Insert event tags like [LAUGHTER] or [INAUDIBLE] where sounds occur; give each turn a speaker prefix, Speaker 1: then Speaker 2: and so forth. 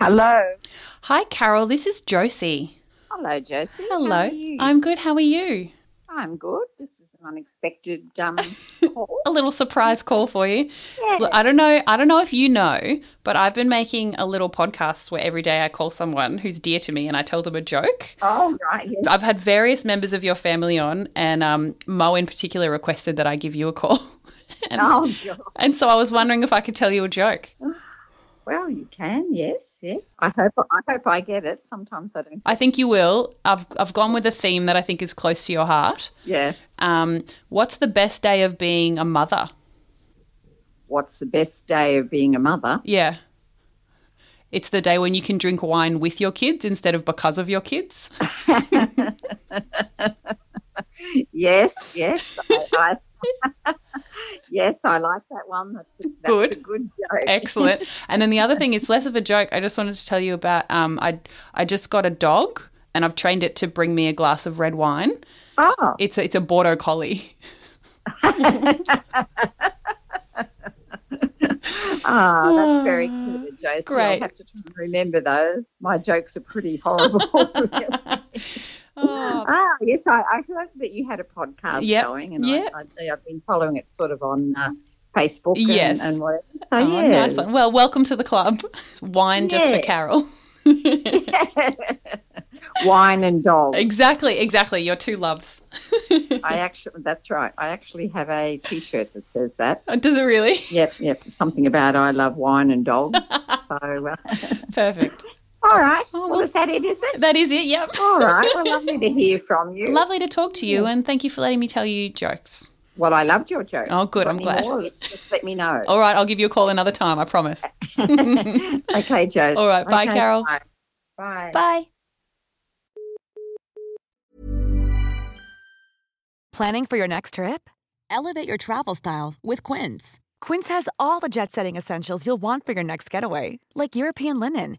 Speaker 1: Hello.
Speaker 2: Hi, Carol. This is Josie.
Speaker 1: Hello, Josie. How
Speaker 2: Hello.
Speaker 1: are you?
Speaker 2: I'm good. How are you?
Speaker 1: I'm good. This is an unexpected
Speaker 2: [LAUGHS]
Speaker 1: um, call.
Speaker 2: A little surprise call for you.
Speaker 1: Yeah.
Speaker 2: Look, I don't know. I don't know if you know, but I've been making a little podcast where every day I call someone who's dear to me and I tell them a joke.
Speaker 1: oh, right. Yes.
Speaker 2: I've had various members of your family on, and um, Mo in particular requested that I give you a call. [LAUGHS] and,
Speaker 1: Oh, God.
Speaker 2: and so I was wondering if I could tell you a joke.
Speaker 1: well, you can. Yes, yes. I hope I hope I get it. Sometimes I don't.
Speaker 2: I think you will. I've I've gone with a theme that I think is close to your heart.
Speaker 1: Yeah.
Speaker 2: Um, what's the best day of being a mother?
Speaker 1: What's the best day of being a mother?
Speaker 2: Yeah. It's the day when you can drink wine with your kids instead of because of your kids. [LAUGHS]
Speaker 1: Yes, yes. I, I, [LAUGHS] yes, I like that one. That's, a- that's
Speaker 2: Good.
Speaker 1: a good joke.
Speaker 2: Excellent. and then the other thing, it's less of a joke. I just wanted to tell you about um, I I just got a dog and I've trained it to bring me a glass of red wine.
Speaker 1: Oh,
Speaker 2: It's a, it's a
Speaker 1: [LAUGHS]
Speaker 2: Bordeaux collie.
Speaker 1: ah, that's very
Speaker 2: [SIGHS]
Speaker 1: clever, Josie.
Speaker 2: Great.
Speaker 1: I'll have to try and remember those. My jokes are pretty horrible. [LAUGHS]
Speaker 2: Oh,
Speaker 1: Ah, yes, I, I heard that you had a podcast
Speaker 2: Yep,
Speaker 1: going, and
Speaker 2: yep.
Speaker 1: I, I, I've been following it sort of on uh, Facebook and,
Speaker 2: Yes.
Speaker 1: and whatever. So,
Speaker 2: [LAUGHS] oh,
Speaker 1: yeah.
Speaker 2: nice one. Well, welcome to the club. [LAUGHS] Wine just for
Speaker 1: Yeah.
Speaker 2: Carol. [LAUGHS]
Speaker 1: [LAUGHS] Wine and dogs.
Speaker 2: exactly, exactly. Your two loves. [LAUGHS]
Speaker 1: I actually, that's right. I actually have a T-shirt that says that.
Speaker 2: Does it really? [LAUGHS]
Speaker 1: Yep, yep. Something about I love wine and dogs. so, uh,
Speaker 2: Perfect.
Speaker 1: all right.
Speaker 2: Oh,
Speaker 1: well,
Speaker 2: well,
Speaker 1: is that it? Is it?
Speaker 2: That [LAUGHS] is it. Yep.
Speaker 1: all right. Well, lovely to hear from you.
Speaker 2: Lovely to talk to you, and thank you for letting me tell you jokes.
Speaker 1: well, I loved your joke.
Speaker 2: Oh, good.
Speaker 1: Got
Speaker 2: I'm
Speaker 1: any
Speaker 2: glad. Oh.
Speaker 1: more? Just let me
Speaker 2: [LAUGHS]
Speaker 1: know.
Speaker 2: All right, I'll give you a call another time. I promise.
Speaker 1: okay, Joe.
Speaker 2: All right, bye, Carol.
Speaker 1: Bye. Bye.
Speaker 2: Bye.
Speaker 3: Planning for your next trip? Elevate your travel style with Quince. Quince has all the jet setting essentials you'll want for your next getaway, like European linen,